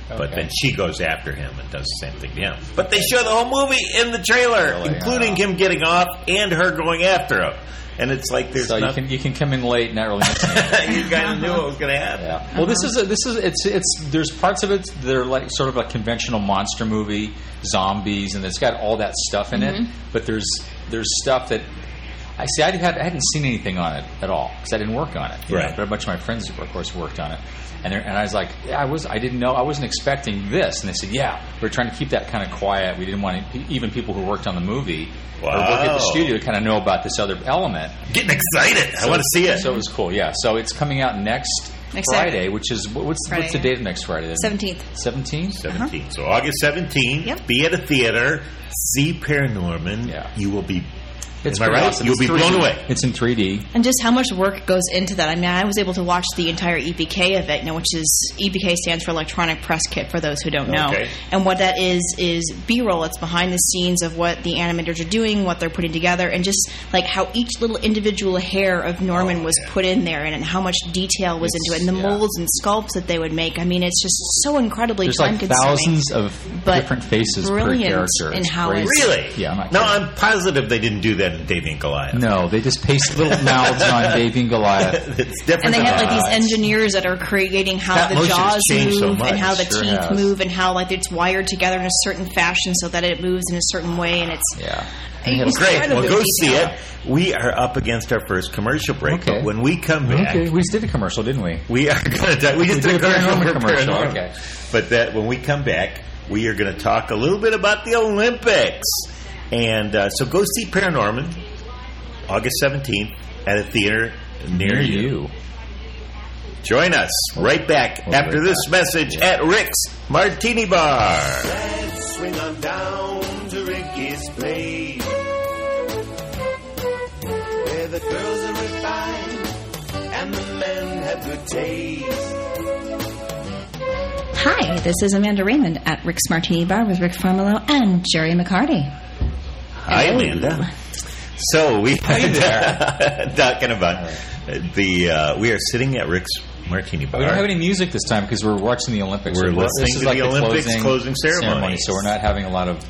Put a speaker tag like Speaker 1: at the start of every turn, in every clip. Speaker 1: But
Speaker 2: Okay.
Speaker 1: then she goes after him and does the same thing to him. But they show the whole movie in the trailer,
Speaker 2: Really?
Speaker 1: including him getting off and her going after him. And it's like there's
Speaker 2: So you
Speaker 1: nothing.
Speaker 2: can you can come in late, and not really. miss anything.
Speaker 1: You, kind of knew what was going to happen.
Speaker 2: Yeah. Well, this is a, this is it's it's there's parts of it that are like sort of a conventional monster movie, zombies, and it's got all that stuff in
Speaker 1: Mm-hmm.
Speaker 2: it. But there's there's stuff that I see. I had I hadn't seen anything on it at all because I didn't work on it. you know,
Speaker 1: Right.
Speaker 2: but a bunch of my friends, of course, worked on it, and they're- and I was like, yeah, I was I didn't know I wasn't expecting this, and they said, yeah, we're trying to keep that kind of quiet. We didn't want any- even people who worked on the movie or work at
Speaker 1: Wow.
Speaker 2: the studio to kind of know about this other element.
Speaker 1: Getting excited. I want to see it.
Speaker 2: So it was cool, yeah. So it's coming out next,
Speaker 3: Next
Speaker 2: Friday,
Speaker 3: Saturday.
Speaker 2: which is what- what's
Speaker 3: Friday,
Speaker 2: what's the
Speaker 3: yeah.
Speaker 2: date of next Friday?
Speaker 3: seventeenth.
Speaker 2: Seventeenth.
Speaker 1: 17. So August 17th,
Speaker 3: Uh-huh. Yep.
Speaker 1: be at a theater, see Paranorman.
Speaker 2: Yeah.
Speaker 1: You will be. Am I right? You'll be blown away.
Speaker 2: It's in 3D.
Speaker 3: And just how much work goes into that. I mean, I was able to watch the entire EPK of it, you know, which is EPK stands for Electronic Press Kit for those who don't know.
Speaker 1: Okay.
Speaker 3: And what that is is B-roll. It's behind the scenes of what the animators are doing, what they're putting together, and just like how each little individual hair of Norman was put in there, and, and how much detail was into it, and the
Speaker 2: Oh, yeah.
Speaker 3: molds and sculpts that they would make. I mean, it's just so incredibly
Speaker 2: There's like
Speaker 3: time-consuming.
Speaker 2: thousands of
Speaker 3: but
Speaker 2: different faces per
Speaker 3: brilliant
Speaker 2: character.
Speaker 3: in
Speaker 2: It's
Speaker 3: how
Speaker 2: crazy.
Speaker 3: it's-
Speaker 1: Really?
Speaker 2: Yeah, I'm not
Speaker 1: no,
Speaker 2: kidding.
Speaker 1: I'm positive they didn't do that in David and Goliath.
Speaker 2: No, they just paste little mouths on Baby and Goliath.
Speaker 1: It's different.
Speaker 3: and they have
Speaker 1: than
Speaker 3: like these
Speaker 1: that.
Speaker 3: engineers that are creating how
Speaker 1: That
Speaker 3: the
Speaker 1: motion has
Speaker 3: jaws move
Speaker 1: changed so much.
Speaker 3: and how the
Speaker 2: Sure
Speaker 3: teeth
Speaker 2: has.
Speaker 3: move and how like it's wired together in a certain fashion so that it moves in a certain way and it's
Speaker 2: Yeah.
Speaker 3: It's
Speaker 1: Great. Well,
Speaker 3: incredibly
Speaker 1: go see
Speaker 3: detailed.
Speaker 1: it. We are up against our first commercial break,
Speaker 2: Okay.
Speaker 1: but when we come back,
Speaker 2: Okay, we just did a commercial, didn't we?
Speaker 1: we are going to. We just
Speaker 2: We
Speaker 1: did a
Speaker 2: did a
Speaker 1: commercial. for
Speaker 2: Paranorman commercial,
Speaker 1: Paranorman.
Speaker 2: okay.
Speaker 1: But that when we come back, we are going to talk a little bit about the Olympics, and uh, so go see Paranorman, August seventeenth at a theater near, you. Join us right back
Speaker 2: We'll be
Speaker 1: after
Speaker 2: right
Speaker 1: this message at Rick's Martini Bar.
Speaker 4: Let's swing on down to Ricky's place. Where the girls are refined and the men have good taste.
Speaker 5: Hi, this is Amanda Raymond at Rick's Martini Bar with Rick Farmelo and Jerry McCarty.
Speaker 1: Hi, Amanda. So we are talking about the. Uh, we are sitting at Rick's Martini Bar.
Speaker 2: Oh, We don't have any music this time because we're watching the Olympics.
Speaker 1: We're
Speaker 2: Well,
Speaker 1: listening to the Olympics closing ceremony.
Speaker 2: so we're not having a lot of.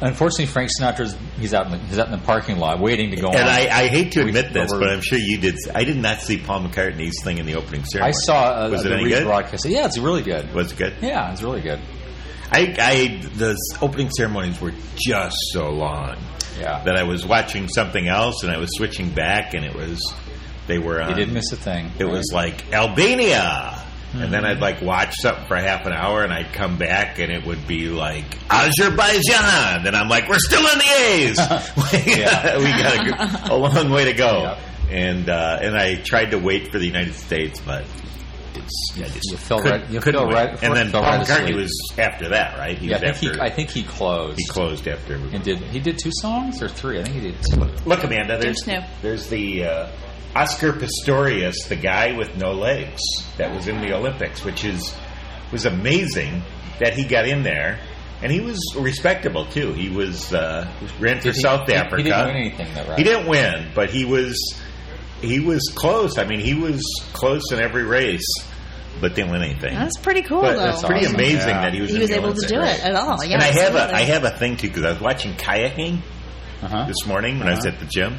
Speaker 2: Unfortunately, Frank Sinatra's he's out in the, he's out in the parking lot waiting to go on.
Speaker 1: And I, I hate to
Speaker 2: We-
Speaker 1: admit this,
Speaker 2: we're-
Speaker 1: but I'm sure you did. I did not see Paul McCartney's thing in the opening ceremony.
Speaker 2: I saw uh,
Speaker 1: Was
Speaker 2: the
Speaker 1: it any good?
Speaker 2: rebroadcast. Yeah, it's really good.
Speaker 1: Was it good?
Speaker 2: Yeah, it's really good.
Speaker 1: I, I the s- opening ceremonies were just so long
Speaker 2: Yeah.
Speaker 1: that I was watching something else and I was switching back, and it was they were on.
Speaker 2: You didn't miss a thing.
Speaker 1: uh, It was like Albania, and then I'd like watch something for half an hour, and I'd come back, and it would be like Azerbaijan, and I'm like, we're still in the A's. we
Speaker 2: Yeah.
Speaker 1: got a, a long way to go,
Speaker 2: Yeah.
Speaker 1: and uh, and I tried to wait for the United States, but. It's, I just
Speaker 2: You fell
Speaker 1: couldn't-
Speaker 2: right- you
Speaker 1: couldn't
Speaker 2: fell
Speaker 1: wait.
Speaker 2: right-
Speaker 1: and then
Speaker 2: fell
Speaker 1: Paul
Speaker 2: right
Speaker 1: McCartney
Speaker 2: asleep.
Speaker 1: was after that, right? He
Speaker 2: Yeah, I
Speaker 1: was
Speaker 2: think
Speaker 1: after
Speaker 2: he I think he closed.
Speaker 1: he closed after. everybody.
Speaker 2: and did he did two songs or three? I think he did two.
Speaker 1: Look, Amanda, there's
Speaker 3: There's no-
Speaker 1: there's the uh, Oscar Pistorius, the guy with no legs that was in the Olympics, which is was amazing that he got in there, and he was respectable too. He was uh, ran for
Speaker 2: Did he-
Speaker 1: South
Speaker 2: he- he
Speaker 1: Africa.
Speaker 2: didn't win anything though, right?
Speaker 1: He didn't win, but he was he was close. I mean, he was close in every race, but didn't win anything.
Speaker 3: That's pretty cool,
Speaker 1: but
Speaker 3: though.
Speaker 1: it's pretty
Speaker 2: awesome.
Speaker 1: amazing
Speaker 2: Yeah.
Speaker 1: that he was
Speaker 3: He
Speaker 1: in
Speaker 3: was
Speaker 1: the
Speaker 3: able to
Speaker 1: Olympics.
Speaker 3: do it at all. Yeah,
Speaker 1: and I have a
Speaker 3: absolutely.
Speaker 1: I have a thing too because I was watching kayaking
Speaker 2: Uh-huh.
Speaker 1: this morning when I was at the gym.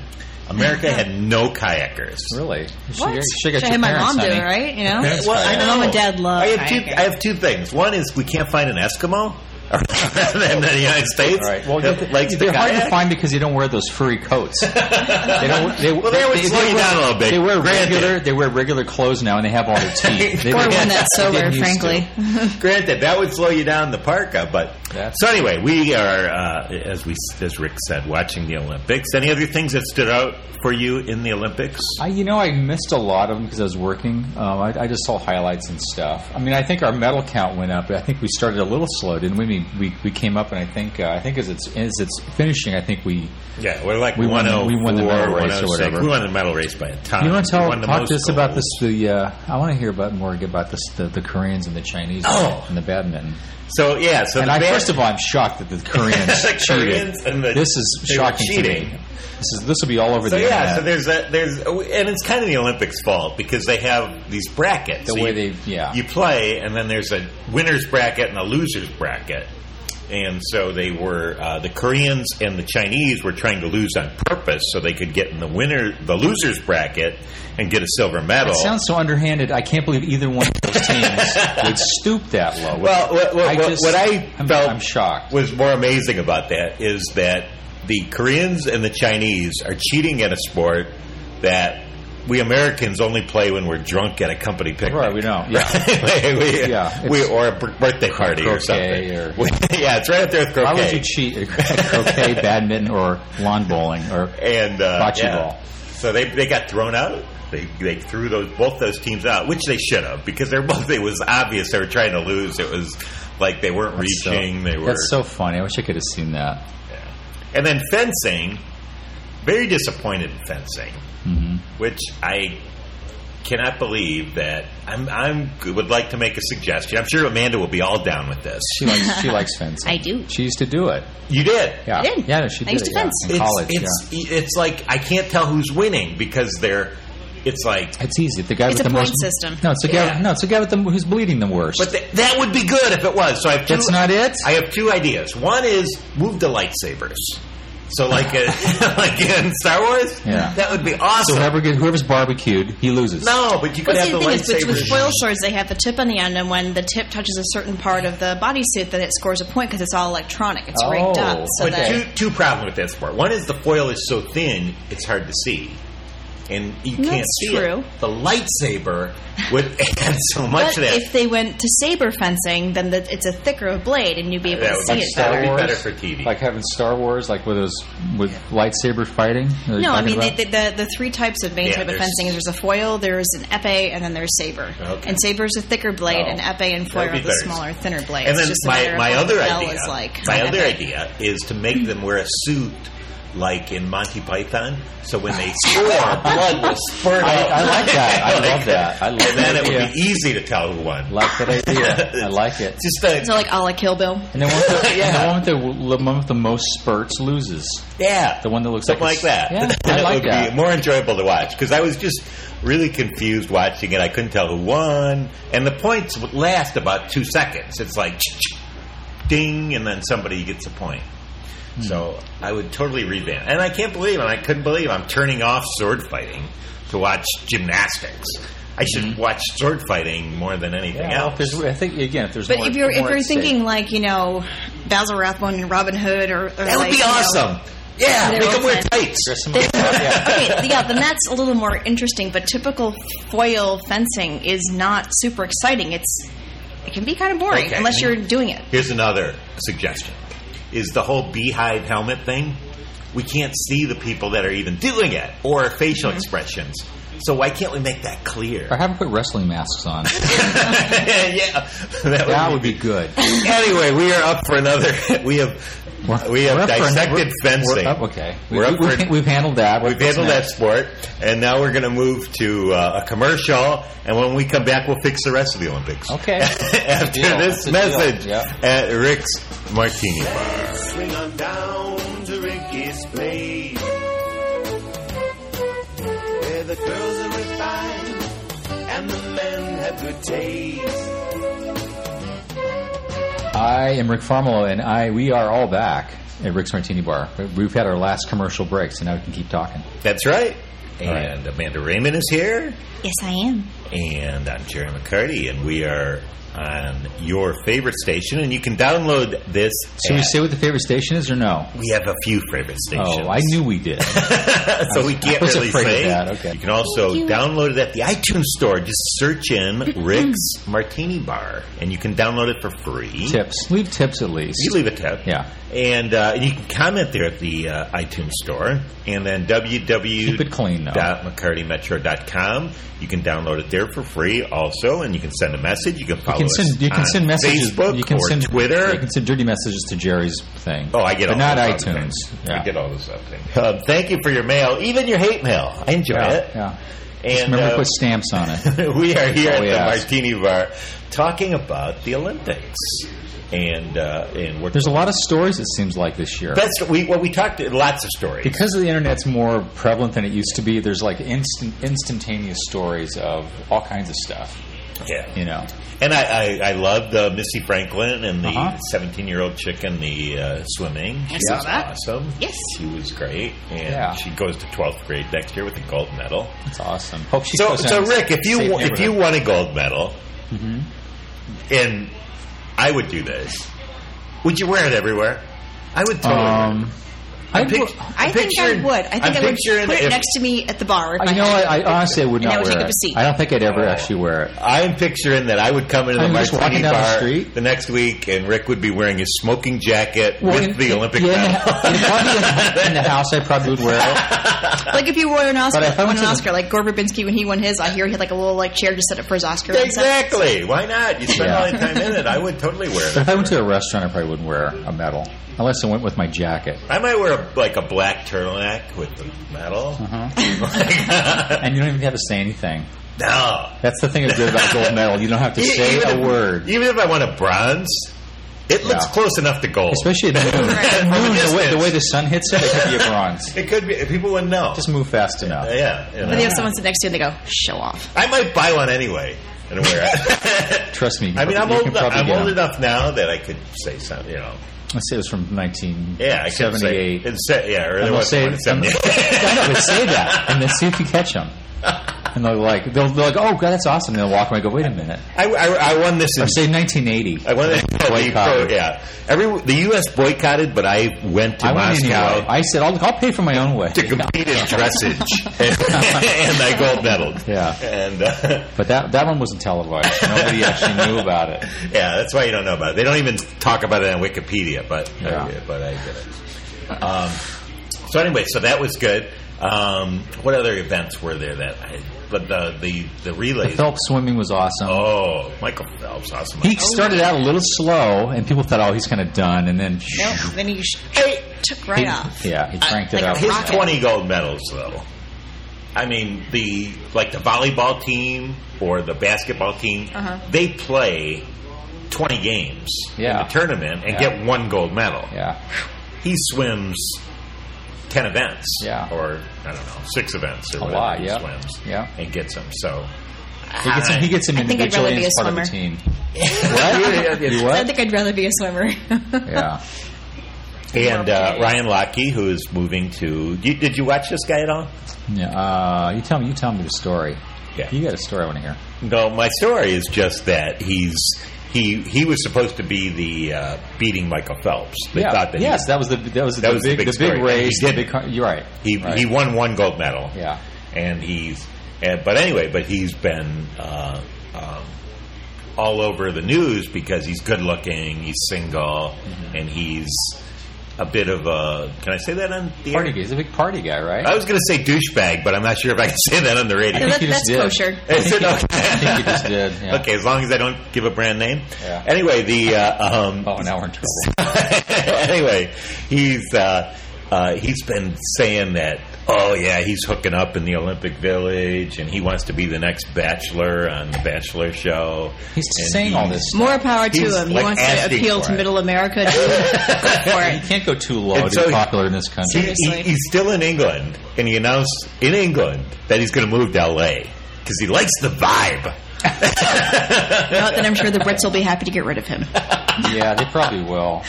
Speaker 1: America had no kayakers.
Speaker 2: Really? You should-
Speaker 3: What?
Speaker 2: you should get
Speaker 3: Should I
Speaker 2: your
Speaker 3: had my
Speaker 2: parents,
Speaker 3: mom do it,
Speaker 2: honey.
Speaker 3: right? You know,
Speaker 2: Parents
Speaker 1: Well, I
Speaker 2: kayak.
Speaker 1: know.
Speaker 3: Mom and Dad love
Speaker 1: I have two.
Speaker 3: kayaking.
Speaker 1: I have two things. One is we can't find an Eskimo in the United States.
Speaker 2: All right. Well,
Speaker 1: that
Speaker 2: they're,
Speaker 1: likes to
Speaker 2: they're hard to
Speaker 1: kayak.
Speaker 2: find because they don't wear those furry coats. they don't. They,
Speaker 1: Well, they would slow you
Speaker 2: wear-
Speaker 1: down a little bit,
Speaker 2: They wear
Speaker 1: granted.
Speaker 2: regular. They wear regular clothes now, and they have all their teeth. They
Speaker 3: or
Speaker 2: don't-
Speaker 3: one that's
Speaker 2: they
Speaker 3: sober,
Speaker 2: didn't used
Speaker 3: frankly.
Speaker 2: to.
Speaker 1: Granted, that would slow you down the parka, but
Speaker 2: That's-
Speaker 1: so anyway, we are uh, as we as Rick said, watching the Olympics. Any other things that stood out for you in the Olympics?
Speaker 2: I, you know, I missed a lot of them because I was working. Um, I, I just saw highlights and stuff. I mean, I think our medal count went up, but I think we started a little slow, didn't we? I mean, we we came up, and I think uh, I think as it's as it's finishing, I think we.
Speaker 1: Yeah, we're like
Speaker 2: We won the- we won the
Speaker 1: 104,
Speaker 2: medal race or
Speaker 1: 106.
Speaker 2: whatever.
Speaker 1: We won the medal race by a time.
Speaker 2: oh You want to tell
Speaker 1: We Uh, won the
Speaker 2: talk
Speaker 1: most
Speaker 2: to us about
Speaker 1: goals.
Speaker 2: this? The uh, I want to hear about more about this the, the Koreans and the Chinese
Speaker 1: Oh.
Speaker 2: and the badminton.
Speaker 1: So yeah, so
Speaker 2: And
Speaker 1: the
Speaker 2: I,
Speaker 1: band-
Speaker 2: first of all, I'm shocked that the Koreans
Speaker 1: The
Speaker 2: cheated.
Speaker 1: Koreans and the-
Speaker 2: this is
Speaker 1: they were
Speaker 2: shocking
Speaker 1: cheating.
Speaker 2: to me. This is this will be all over
Speaker 1: So
Speaker 2: the
Speaker 1: yeah,
Speaker 2: internet.
Speaker 1: so there's that there's and it's kind of the Olympics' fault because they have these brackets.
Speaker 2: The
Speaker 1: So
Speaker 2: way
Speaker 1: you-
Speaker 2: they- yeah.
Speaker 1: you play, and then there's a winners bracket and a losers bracket, and so they were uh, the Koreans and the Chinese were trying to lose on purpose so they could get in the winner the losers bracket and get a silver medal.
Speaker 2: it sounds so underhanded. I can't believe either one of those teams would stoop that low.
Speaker 1: Well, what, what,
Speaker 2: I
Speaker 1: what,
Speaker 2: just-
Speaker 1: what I
Speaker 2: I'm-
Speaker 1: felt
Speaker 2: I'm shocked.
Speaker 1: was more amazing about that is that the Koreans and the Chinese are cheating at a sport that we Americans only play when we're drunk at a company picnic.
Speaker 2: right, we don't. Yeah.
Speaker 1: we,
Speaker 2: Yeah,
Speaker 1: we,
Speaker 2: it's-
Speaker 1: or a b- birthday party or
Speaker 2: Croquet
Speaker 1: something.
Speaker 2: or-
Speaker 1: We- yeah, it's right up there with croquet.
Speaker 2: Why would you cheat at croquet, badminton, or lawn bowling? Or
Speaker 1: and uh,
Speaker 2: Bocce
Speaker 1: yeah.
Speaker 2: ball.
Speaker 1: So they they got thrown out. They they threw those both those teams out, which they should have because they're both. It was obvious they were trying to lose. It was like they weren't
Speaker 2: so-
Speaker 1: reaching. they were.
Speaker 2: that's so funny. I wish I could have seen that.
Speaker 1: and then fencing. Very disappointed in fencing,
Speaker 2: Mm-hmm.
Speaker 1: which I cannot believe that I'm. I'm would like to make a suggestion. I'm sure Amanda will be all down with this.
Speaker 2: She likes she likes fencing.
Speaker 3: I do.
Speaker 2: She used to do it.
Speaker 1: You did.
Speaker 2: Yeah,
Speaker 3: I did.
Speaker 2: yeah, no, she
Speaker 3: I
Speaker 2: did.
Speaker 3: used
Speaker 2: it,
Speaker 3: to
Speaker 2: yeah,
Speaker 3: fence.
Speaker 2: in college.
Speaker 1: It's,
Speaker 2: yeah.
Speaker 1: it's, it's like I can't tell who's winning because they're. It's like
Speaker 2: It's easy. The guy
Speaker 3: It's
Speaker 2: with
Speaker 3: a
Speaker 2: the
Speaker 3: point
Speaker 2: most
Speaker 3: system.
Speaker 2: No, it's a
Speaker 1: Yeah.
Speaker 2: guy. No, it's a guy with the who's bleeding the worst.
Speaker 1: But th- that would be good if it was. So I have two,
Speaker 2: That's not it?
Speaker 1: I have two ideas. One is move to lightsabers. So like a, like in Star Wars,
Speaker 2: Yeah.
Speaker 1: that would be
Speaker 2: so
Speaker 1: awesome.
Speaker 2: whoever get, whoever's barbecued, he loses.
Speaker 1: no, but you could
Speaker 3: Well,
Speaker 1: have
Speaker 3: see,
Speaker 1: the
Speaker 3: the thing is, with,
Speaker 1: lightsabers.
Speaker 3: with foil swords, they have the tip on the end, and when the tip touches a certain part of the bodysuit, then it scores a point because it's all electronic. It's rigged
Speaker 2: Oh,
Speaker 3: up. So
Speaker 1: but
Speaker 3: that
Speaker 1: two two problems with that sport. One is the foil is so thin it's hard to see. And you can't
Speaker 3: That's
Speaker 1: see
Speaker 3: true.
Speaker 1: it. The lightsaber would add so much
Speaker 3: but
Speaker 1: to that.
Speaker 3: if they went to saber fencing, then the, it's a thicker blade, and you'd be able
Speaker 1: That
Speaker 3: to
Speaker 1: would
Speaker 3: see
Speaker 1: be
Speaker 3: it
Speaker 1: Star
Speaker 3: better.
Speaker 1: Wars. better for TV.
Speaker 2: Like having Star Wars, like with those with lightsaber fighting. Are you
Speaker 3: No, I
Speaker 2: talking
Speaker 3: mean
Speaker 2: about?
Speaker 3: the, the, the three types of main
Speaker 1: Yeah,
Speaker 3: type of
Speaker 1: there's-
Speaker 3: fencing is there's a foil, there's an epee, and then there's saber.
Speaker 1: Okay. Oh,
Speaker 3: And saber is a thicker blade, and epee and foil
Speaker 1: That'd be
Speaker 3: are the
Speaker 1: better.
Speaker 3: smaller, thinner blades.
Speaker 1: and then
Speaker 3: It's just a matter
Speaker 1: my,
Speaker 3: of
Speaker 1: my
Speaker 3: what
Speaker 1: other
Speaker 3: the bell
Speaker 1: idea
Speaker 3: is like.
Speaker 1: my
Speaker 3: on
Speaker 1: other
Speaker 3: epee.
Speaker 1: idea is to make them wear a suit like in Monty Python. So when they swore, blood was spurt
Speaker 2: I,
Speaker 1: out.
Speaker 2: I like that. I
Speaker 1: Like
Speaker 2: love that. I love
Speaker 1: and then
Speaker 2: that
Speaker 1: it
Speaker 2: idea.
Speaker 1: would be easy to tell who won.
Speaker 2: like that idea. I like it.
Speaker 1: Just a,
Speaker 3: So like a la Kill Bill.
Speaker 2: And then one with the, and the, one with the, the one with the most spurts loses.
Speaker 1: yeah,
Speaker 2: The one that looks
Speaker 1: something
Speaker 2: like,
Speaker 1: like,
Speaker 2: a-
Speaker 1: that.
Speaker 2: Yeah, I
Speaker 1: it
Speaker 2: like
Speaker 1: would
Speaker 2: that.
Speaker 1: be more enjoyable to watch because I was just really confused watching it. I couldn't tell who won, and the points would last about two seconds. It's like ding, and then somebody gets a point.
Speaker 2: Hmm.
Speaker 1: So I would totally revamp, and I can't believe, and I couldn't believe, I'm turning off sword fighting to watch gymnastics. I should watch sword fighting more than anything
Speaker 2: Hmm. Yeah, if
Speaker 1: else.
Speaker 2: there's- I think again, if there's
Speaker 3: But
Speaker 2: more,
Speaker 3: if you're if
Speaker 2: more
Speaker 3: you're
Speaker 2: at stake.
Speaker 3: thinking like you know, Basil Rathbone and Robin Hood, or, or
Speaker 1: That would be awesome. Yeah,
Speaker 3: they're
Speaker 1: make them wear
Speaker 3: open.
Speaker 1: tights.
Speaker 2: There's some- yeah.
Speaker 3: okay, yeah, then that's a little more interesting. But typical foil fencing is not super exciting. It's it can be kind of boring
Speaker 1: Okay.
Speaker 3: unless you're doing it.
Speaker 1: Here's another suggestion: is the whole beehive helmet thing. We can't see the people that are even doing it or facial
Speaker 2: Mm-hmm.
Speaker 1: expressions. So why can't we make that clear?
Speaker 2: or have them put wrestling masks on.
Speaker 1: yeah, that,
Speaker 2: that
Speaker 1: would
Speaker 2: would be good.
Speaker 1: be. Anyway, we are up for another. We have
Speaker 2: We're-
Speaker 1: we
Speaker 2: we're
Speaker 1: have
Speaker 2: up for-
Speaker 1: dissected
Speaker 2: we're-
Speaker 1: fencing.
Speaker 2: We're up, okay, we,
Speaker 1: We're up
Speaker 2: we,
Speaker 1: for-
Speaker 2: have handled that.
Speaker 1: We've handled that sport, and now we're going to move to uh, a commercial. And when we come back, we'll fix the rest of the Olympics.
Speaker 2: Okay.
Speaker 1: After
Speaker 2: Deal.
Speaker 1: this
Speaker 2: That's a deal.
Speaker 1: message
Speaker 2: Yeah.
Speaker 1: at Rick's Martini Bar.
Speaker 4: Swing on down to Ricky's Place, where the girls are refined and the men have good taste.
Speaker 2: I am Rick Farmelo, and I we are all back at Rick's Martini Bar. We've had our last commercial break, so now we can keep talking.
Speaker 1: That's right.
Speaker 2: All right.
Speaker 1: And Amanda Raymond is here,
Speaker 3: Yes, I am.
Speaker 1: and I'm Jerry McCarty, and we are on your favorite station. And you can download this.
Speaker 2: Should we
Speaker 1: at-
Speaker 2: say what the favorite station is, or no?
Speaker 1: we have a few favorite stations?
Speaker 2: Oh, I knew we did.
Speaker 1: so we can't
Speaker 2: I was
Speaker 1: really
Speaker 2: afraid of
Speaker 1: say.
Speaker 2: that. Okay.
Speaker 1: You can also download it at the iTunes store. Just search in Rick's Martini Bar, and you can download it for free.
Speaker 2: tips, leave tips at least.
Speaker 1: You leave a tip.
Speaker 2: Yeah.
Speaker 1: And, uh, and you can comment there at the uh, iTunes store. And then
Speaker 2: Keep it clean, though.
Speaker 1: www.mccartymetro.com. You can download it there for free also. And you can send a message. You can follow
Speaker 2: You can send
Speaker 1: us
Speaker 2: you can
Speaker 1: on
Speaker 2: send messages.
Speaker 1: Facebook
Speaker 2: you can
Speaker 1: or
Speaker 2: send
Speaker 1: Twitter.
Speaker 2: You can send dirty messages to Jerry's thing.
Speaker 1: Oh, I get
Speaker 2: but
Speaker 1: all
Speaker 2: not
Speaker 1: those other
Speaker 2: iTunes.
Speaker 1: things.
Speaker 2: Yeah.
Speaker 1: I get all those other things. Um, thank you for your mail, even your hate mail. I enjoy
Speaker 2: yeah,
Speaker 1: it.
Speaker 2: yeah.
Speaker 1: And
Speaker 2: Remember to
Speaker 1: uh,
Speaker 2: put stamps on it.
Speaker 1: we are here
Speaker 2: Oh,
Speaker 1: at the
Speaker 2: yes.
Speaker 1: Martini Bar talking about the Olympics, and uh, and we're
Speaker 2: There's a lot of stories. It seems like this year.
Speaker 1: that's we well we talked lots of stories.
Speaker 2: because the internet's more prevalent than it used to be, there's like instant, instantaneous stories of all kinds of stuff.
Speaker 1: yeah,
Speaker 2: You know,
Speaker 1: and I I, I loved uh, Missy Franklin and the
Speaker 2: Uh-huh.
Speaker 1: 17 year old chick in the uh, swimming. I
Speaker 3: saw that.
Speaker 1: Awesome.
Speaker 3: Yes.
Speaker 1: she was great, and
Speaker 2: Yeah.
Speaker 1: she goes to 12th grade next year with a gold medal.
Speaker 2: it's awesome. Hope she
Speaker 1: So,
Speaker 2: goes
Speaker 1: so
Speaker 2: down to
Speaker 1: Rick, if you
Speaker 2: safe
Speaker 1: if you
Speaker 2: neighborhood.
Speaker 1: won a gold medal,
Speaker 2: Mm-hmm.
Speaker 1: and I would do this, would you wear it everywhere? I would totally. wear it.
Speaker 2: um, I
Speaker 1: pic-
Speaker 3: I
Speaker 1: I'm
Speaker 3: think I
Speaker 1: picturing-
Speaker 3: would. I
Speaker 1: I'm
Speaker 3: think I would
Speaker 1: picturing
Speaker 3: put it
Speaker 1: if-
Speaker 3: next to me at the bar. if
Speaker 2: I
Speaker 3: had
Speaker 2: know.
Speaker 3: it.
Speaker 2: I, I honestly would
Speaker 3: And I
Speaker 2: not
Speaker 3: would
Speaker 2: wear
Speaker 3: take
Speaker 2: it.
Speaker 3: up a seat.
Speaker 2: I don't think I'd ever
Speaker 1: Oh.
Speaker 2: actually wear it.
Speaker 1: I'm picturing that I would come into the
Speaker 2: I'm just
Speaker 1: martini
Speaker 2: walking down the
Speaker 1: bar
Speaker 2: street.
Speaker 1: the next week, and Rick would be wearing his smoking jacket
Speaker 2: Well,
Speaker 1: with
Speaker 2: in-
Speaker 1: the Olympic
Speaker 2: yeah,
Speaker 1: medal.
Speaker 2: in the- in the- probably in- in the house, I probably would wear it.
Speaker 3: Like if you won an Oscar,
Speaker 2: But if I
Speaker 3: won
Speaker 2: went
Speaker 3: an
Speaker 2: to the-
Speaker 3: Oscar, like Gore Verbinski when he won his, I hear he had like a little like chair just set up for his Oscar. and stuff.
Speaker 1: exactly. Why not? You spend
Speaker 2: Yeah.
Speaker 1: all your time in it. I would totally wear
Speaker 2: But
Speaker 1: it.
Speaker 2: if I went to a restaurant, I probably wouldn't wear a medal unless I went with my jacket.
Speaker 1: I might wear a, like a black turtleneck with the medal.
Speaker 2: Uh-huh. And you don't even have to say anything.
Speaker 1: no,
Speaker 2: That's the thing that's good about gold medal. You don't have to
Speaker 1: E-
Speaker 2: say
Speaker 1: even
Speaker 2: a
Speaker 1: if-
Speaker 2: word.
Speaker 1: Even if I want a bronze, it looks
Speaker 2: Yeah.
Speaker 1: close enough to gold.
Speaker 2: Especially the moon.
Speaker 1: Right.
Speaker 2: The, moon, the, way,
Speaker 1: Distance.
Speaker 2: the way the sun hits it, it could be a bronze.
Speaker 1: it could be. People wouldn't know.
Speaker 2: Just move fast enough.
Speaker 1: Uh, yeah. you know.
Speaker 3: But if someone sits next to you, they go, "Show off."
Speaker 1: I might buy one anyway and wear it.
Speaker 2: Trust me. you can
Speaker 1: I mean, I'm
Speaker 2: probably- you
Speaker 1: old.
Speaker 2: can
Speaker 1: Enough,
Speaker 2: probably
Speaker 1: I'm
Speaker 2: get
Speaker 1: old
Speaker 2: them.
Speaker 1: enough now that I could say something. You know.
Speaker 2: Let's say it was from
Speaker 1: Yeah, I could say.
Speaker 2: 1978.
Speaker 1: and say- yeah, or there
Speaker 2: And they'll
Speaker 1: was
Speaker 2: say,
Speaker 1: one in
Speaker 2: and, I know,
Speaker 1: 78.
Speaker 2: but say that, and then see if you catch them. And they'll like, they'll, they'll like, oh god, that's awesome. And they'll walk away. and Go, wait a minute.
Speaker 1: I, I, I won this in
Speaker 2: Or say 1980.
Speaker 1: I went
Speaker 2: Boycott.
Speaker 1: to yeah. Every the U.S. boycotted, but I went to
Speaker 2: I went
Speaker 1: Moscow
Speaker 2: anyway. I said, I'll, I'll pay for my own way.
Speaker 1: to compete in dressage, and, and I gold medaled.
Speaker 2: Yeah.
Speaker 1: and uh,
Speaker 2: But that that one wasn't televised. Nobody actually knew about it.
Speaker 1: yeah, that's why you don't know about it. They don't even talk about it on Wikipedia, but uh,
Speaker 2: Yeah.
Speaker 1: but I get it. Um, so anyway, so that was good. Um, what other events were there that? I, but the the the
Speaker 2: The
Speaker 1: relays.
Speaker 2: Phelps swimming was awesome.
Speaker 1: oh, Michael Phelps, awesome.
Speaker 2: He started out a little slow, and people thought, "Oh, he's kind of oh, done." And then
Speaker 3: Nope. Then he sh-
Speaker 1: Hey,
Speaker 3: took right
Speaker 2: He-
Speaker 3: off. Uh,
Speaker 2: Yeah, he cranked it
Speaker 3: like a
Speaker 2: up.
Speaker 1: His
Speaker 3: Rocket.
Speaker 1: twenty gold medals, though. I mean, the like the volleyball team or the basketball team,
Speaker 3: Uh-huh.
Speaker 1: they play twenty games
Speaker 2: Yeah.
Speaker 1: in the tournament and
Speaker 2: Yeah.
Speaker 1: get one gold medal.
Speaker 2: yeah,
Speaker 1: He swims ten events,
Speaker 2: Yeah.
Speaker 1: or I don't know, six events or
Speaker 2: a
Speaker 1: whatever
Speaker 2: lot.
Speaker 1: he
Speaker 2: Yeah,
Speaker 1: swims
Speaker 2: yeah.
Speaker 1: and gets them. So
Speaker 2: He gets him. He gets him
Speaker 3: Uh, I think I'd rather
Speaker 2: individually and
Speaker 3: be
Speaker 2: as
Speaker 3: a
Speaker 2: part of the team.
Speaker 1: Yeah, yeah,
Speaker 2: what?
Speaker 1: yeah.
Speaker 2: You
Speaker 3: I
Speaker 2: what?
Speaker 3: think I'd rather be a swimmer.
Speaker 2: Yeah.
Speaker 1: And uh, Ryan Lochte, who is moving to, you, did you watch this guy at all?
Speaker 2: Yeah. Uh, you tell me. You tell me the story.
Speaker 1: Yeah.
Speaker 2: You got a story I want to hear.
Speaker 1: No, my story is just that he's he he was supposed to be the uh, beating Michael Phelps. They
Speaker 2: yeah.
Speaker 1: thought that
Speaker 2: yes, that was the that was,
Speaker 1: That
Speaker 2: the,
Speaker 1: was the
Speaker 2: big,
Speaker 1: big
Speaker 2: the big
Speaker 1: story.
Speaker 2: race.
Speaker 1: He
Speaker 2: the
Speaker 1: did.
Speaker 2: big car- you're right.
Speaker 1: he,
Speaker 2: Right.
Speaker 1: he won one gold medal.
Speaker 2: Yeah.
Speaker 1: and he's and, but anyway, but he's been uh, um, all over the news because he's good looking, he's single,
Speaker 2: Mm-hmm.
Speaker 1: and he's a bit of a can I say that on the
Speaker 2: Party guy.
Speaker 1: air?
Speaker 2: He's a big party guy, right?
Speaker 1: I was going to say douchebag, but I'm not sure if I can say that on the radio.
Speaker 3: No,
Speaker 2: think
Speaker 3: that-
Speaker 2: you just
Speaker 3: that's
Speaker 2: did.
Speaker 3: kosher.
Speaker 1: Is it okay?
Speaker 2: I think you just did, yeah.
Speaker 1: Okay, as long as I don't give a brand name.
Speaker 2: Yeah.
Speaker 1: Anyway, the uh, um,
Speaker 2: oh, now we're in trouble.
Speaker 1: anyway, he's uh, uh, he's been saying that. Oh yeah, he's hooking up in the Olympic Village, and he wants to be the next Bachelor on the Bachelor show.
Speaker 2: He's
Speaker 1: And
Speaker 2: saying all
Speaker 1: he's-
Speaker 2: this. Stuff.
Speaker 3: More power to
Speaker 1: He's,
Speaker 3: him. He
Speaker 1: like,
Speaker 3: wants to
Speaker 1: asking
Speaker 3: appeal
Speaker 1: for
Speaker 3: to
Speaker 1: it.
Speaker 3: middle America. Good for
Speaker 2: You
Speaker 3: it.
Speaker 2: can't go too low
Speaker 1: And
Speaker 2: to
Speaker 1: so-
Speaker 2: be popular in this
Speaker 1: He,
Speaker 2: country.
Speaker 1: he,
Speaker 3: Seriously.
Speaker 1: he's still in England, and he announced in England that he's going to move to LA because he likes the vibe.
Speaker 3: Not that I'm sure the Brits will be happy to get rid of him.
Speaker 2: yeah, they probably will.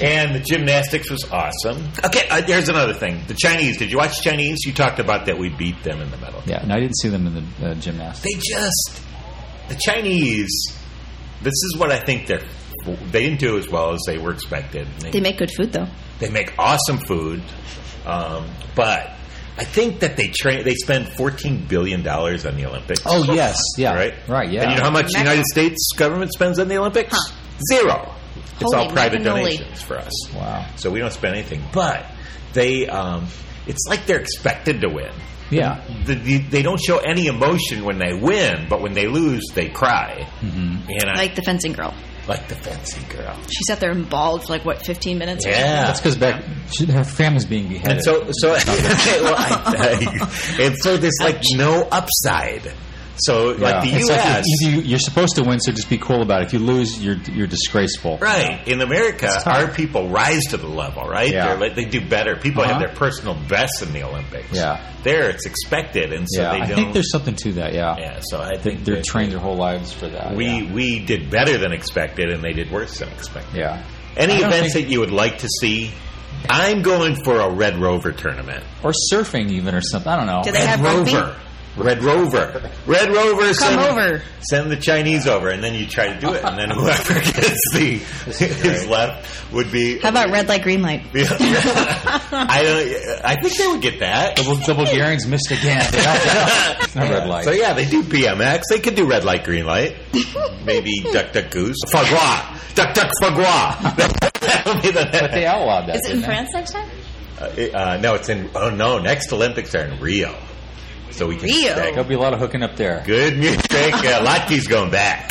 Speaker 1: And the gymnastics was awesome. Okay, uh, there's another thing. The Chinese. Did you watch Chinese? You talked about that we beat them in the medal.
Speaker 2: Yeah, and I didn't see them in the uh, gymnastics.
Speaker 1: They just the Chinese. This is what I think they're. They didn't do as well as they were expected. They,
Speaker 3: They make good food, though.
Speaker 1: they make awesome food, um, but I think that they train. They spend fourteen billion dollars on the Olympics.
Speaker 2: Oh yes, yeah,
Speaker 1: right,
Speaker 2: right, yeah.
Speaker 1: And you know how much the
Speaker 3: Mecca.
Speaker 1: United States government spends on the Olympics? Zero. It's
Speaker 3: Holy
Speaker 1: all private
Speaker 3: macaroni.
Speaker 1: donations for us.
Speaker 2: Wow.
Speaker 1: So we don't spend anything. But they, um, it's like they're expected to win.
Speaker 2: Yeah.
Speaker 1: The, the, they don't show any emotion when they win, but when they lose, they cry.
Speaker 2: Hmm.
Speaker 1: Mm-hmm. And I
Speaker 3: Like the fencing girl.
Speaker 1: like the fancy girl.
Speaker 3: She sat there and bawled for like, what, 15 minutes?
Speaker 1: Yeah.
Speaker 2: That's because back she, her family's being
Speaker 1: And
Speaker 2: beheaded.
Speaker 1: so, so, well, I- I- and so there's like no upside. So, like the
Speaker 2: It's like
Speaker 1: U.S.
Speaker 2: if you, you're supposed to win, so just be cool about it. If you lose, you're you're disgraceful.
Speaker 1: Right. In America,
Speaker 2: tough.
Speaker 1: our people rise to the level, right?
Speaker 2: Yeah.
Speaker 1: They're like- They do better. People have
Speaker 2: Uh-huh.
Speaker 1: their personal bests in the Olympics.
Speaker 2: Yeah.
Speaker 1: There, it's expected, and so
Speaker 2: yeah,
Speaker 1: they
Speaker 2: I
Speaker 1: don't.
Speaker 2: think there's something to that. Yeah,
Speaker 1: yeah, so I
Speaker 2: They,
Speaker 1: think
Speaker 2: they're
Speaker 1: that
Speaker 2: trained their whole lives for that.
Speaker 1: We,
Speaker 2: yeah.
Speaker 1: we did better than expected, and they did worse than expected.
Speaker 2: yeah.
Speaker 1: Any
Speaker 2: I don't
Speaker 1: events
Speaker 2: think-
Speaker 1: that you would like to see? I'm going for a Red Rover tournament.
Speaker 2: or surfing even or something. I don't know.
Speaker 3: Do they
Speaker 1: Red
Speaker 3: have rugby?
Speaker 1: Rover. Red Rover. Red Rover. Come send,
Speaker 3: over.
Speaker 1: Send the Chinese over, and then you try to do it, and then whoever gets the is left would be.
Speaker 3: How about red light, green light?
Speaker 1: Yeah. I don't. I think they would get that.
Speaker 2: double double gearing's missed again. It's not red light.
Speaker 1: So yeah, they do BMX. They could do red light, green light. Maybe duck, duck, goose, fagua, duck, duck, fagua. That'll be the
Speaker 2: But they outlawed that.
Speaker 3: Is it
Speaker 2: didn't
Speaker 3: in
Speaker 2: they?
Speaker 3: France next time?
Speaker 1: Uh, uh, no, it's in. Oh no, next Olympics are in Rio, so we can.
Speaker 3: Rio.
Speaker 1: check.
Speaker 2: There'll be a lot of hooking up there.
Speaker 1: Good music. Uh, Latke's going back.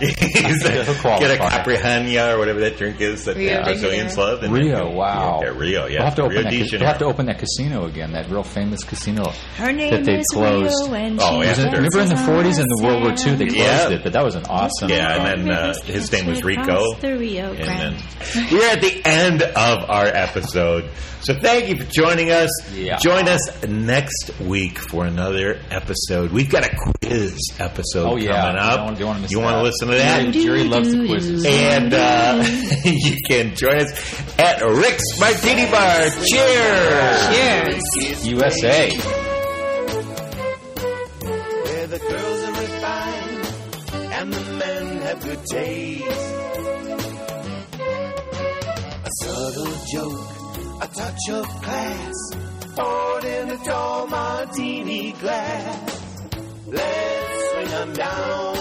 Speaker 1: He's a-
Speaker 2: He'll qualify.
Speaker 1: get a caprihania or whatever that drink is that uh,
Speaker 3: Rio
Speaker 1: the
Speaker 3: de
Speaker 1: Brazilians
Speaker 3: Janeiro.
Speaker 1: love. and then
Speaker 2: Rio,
Speaker 1: go-
Speaker 2: wow.
Speaker 1: Yeah, Rio, yeah.
Speaker 2: We'll have to open
Speaker 1: Rio de
Speaker 2: that. ca- We'll
Speaker 1: Janeiro.
Speaker 2: have to open that casino again. That real famous casino.
Speaker 3: Her name
Speaker 2: That they
Speaker 3: is
Speaker 2: closed.
Speaker 3: Rio and
Speaker 1: Oh,
Speaker 3: she
Speaker 1: yeah.
Speaker 2: Was it- remember in the 40s and the World War II, they closed
Speaker 1: Yeah.
Speaker 2: it, but that was an awesome.
Speaker 1: Yeah, and then uh, his name was Rico.
Speaker 5: The Rio
Speaker 1: And
Speaker 5: Grande.
Speaker 1: then we're at the end of our episode. So thank you for joining us.
Speaker 2: Yeah.
Speaker 1: Join us next week for another episode. We've got a quiz episode
Speaker 2: Oh yeah,
Speaker 1: coming up.
Speaker 2: You don't, want to miss
Speaker 1: you
Speaker 2: that.
Speaker 1: want to listen to
Speaker 2: Jury,
Speaker 1: that?
Speaker 2: jury loves the quizzes.
Speaker 1: And uh, you can join us at Rick's Martini Bar. Cheers!
Speaker 3: Cheers.
Speaker 2: USA.
Speaker 4: where the girls are refined and the men have good taste. A subtle joke, a touch of class, poured in a tall martini glass. Let's swing 'em down